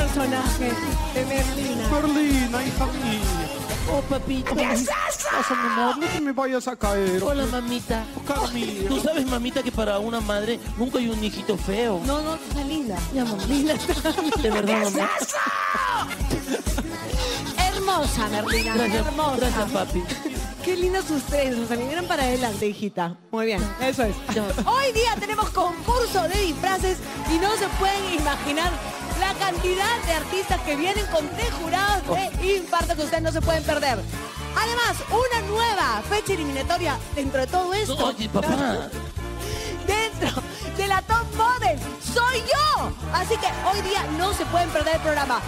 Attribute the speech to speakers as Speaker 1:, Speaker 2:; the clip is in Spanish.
Speaker 1: personaje de Merlina.
Speaker 2: Merlina, hija mía.
Speaker 1: Oh, papito.
Speaker 2: Pásame, amor, no te me vayas a caer.
Speaker 3: Hola, mamita.
Speaker 2: Carmilla.
Speaker 3: Tú sabes, mamita, que para una madre nunca hay un hijito feo.
Speaker 1: No, no, está linda. Ya, mamá. Linda está.
Speaker 3: De verdad, mamá.
Speaker 1: Hermosa, Merlina.
Speaker 3: Gracias,
Speaker 1: hermosa.
Speaker 3: gracias, papi.
Speaker 1: Qué lindos ustedes, nos alinearon para adelante, hijita. Muy bien, eso es.
Speaker 3: Ya.
Speaker 1: Hoy día tenemos concurso de disfraces y no se pueden imaginar la cantidad de artistas que vienen con tres jurados de infarto que ustedes no se pueden perder. Además, una nueva fecha eliminatoria dentro de todo esto.
Speaker 3: Oye, papá.
Speaker 1: Dentro de la Top Model soy yo. Así que hoy día no se pueden perder el programa.